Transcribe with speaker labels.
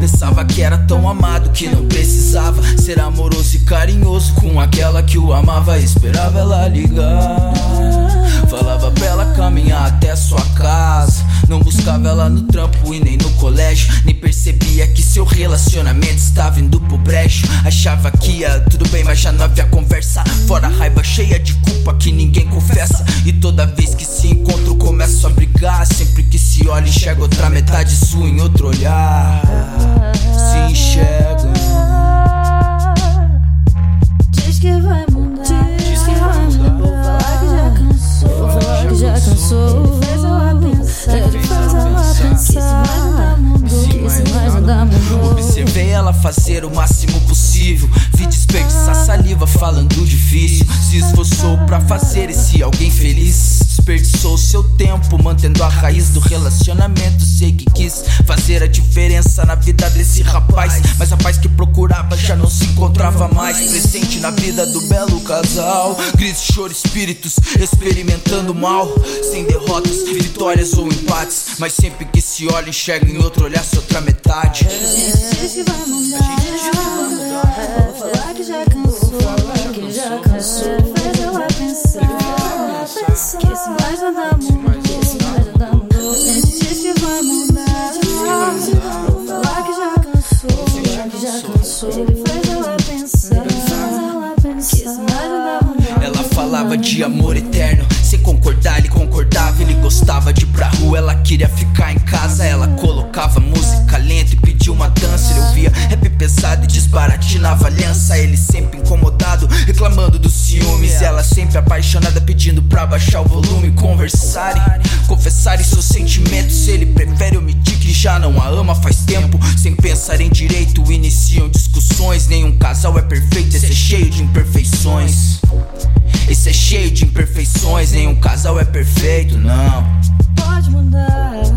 Speaker 1: Pensava que era tão amado que não precisava ser amoroso e carinhoso com aquela que o amava. Esperava ela ligar. Falava pra ela caminhar até sua casa. Não buscava ela no trampo e nem no colégio. Nem percebia que seu relacionamento estava indo pro brejo. Achava que ia tudo bem, mas já não havia conversa. Fora a raiva cheia de culpa que ninguém confessa. E toda vez que se encontro, começo a brigar. Sempre que se olha, enxerga outra metade sua em outro olhar. Se enxerga.
Speaker 2: Diz que vai mudar. Diz que vai mudar. Vou falar que já cansou. Vou falar que já cansou. Ele fez ela pensar. Ele fez ela pensar. Que isso mais tá nada mudou. Que isso mais nada mudou.
Speaker 1: Observei ela fazer o máximo possível. Vi desperdiçar saliva falando difícil. Se esforçou pra fazer esse alguém feliz. Desperdiçou seu tempo mantendo a raiz do relacionamento. Sei que quis fazer a diferença na vida desse rapaz. Mas a paz que procurava já não se encontrava mais. Presente na vida do belo casal. Gritos, choro, espíritos experimentando mal. Sem derrotas, vitórias ou empates. Mas sempre que se olha, enxerga em outro olhar sua outra metade.
Speaker 2: Diz que vai mudar. Vou falar que já cansou. Que já cansou. Faz ela pensar. Que isso mais nada mudou. Que isso mais nada mudou. Diz que vai mudar. Vou falar que já cansou. Vou falar que já cansou. Ele faz ela pensar. Faz ela pensar. Que isso mais nada mudou.
Speaker 1: Ela falava de amor eterno. Sem concordar, ele concordava. Ele gostava de ir pra rua, ela queria ficar em casa. Ela colocava música lenta e pedia uma dança. Ele ouvia rap pesado e desbaratinava a aliança. Ele sempre incomodado, reclamando dos ciúmes. Ela sempre apaixonada, pedindo pra baixar o volume. Conversarem, confessarem seus sentimentos. Ele prefere omitir que já não a ama faz tempo. Sem pensar em direito, iniciam discussões. Nenhum casal é perfeito, esse é cheio de imperfeições. Esse é cheio de imperfeições, nenhum casal é perfeito, não.
Speaker 2: Pode mudar.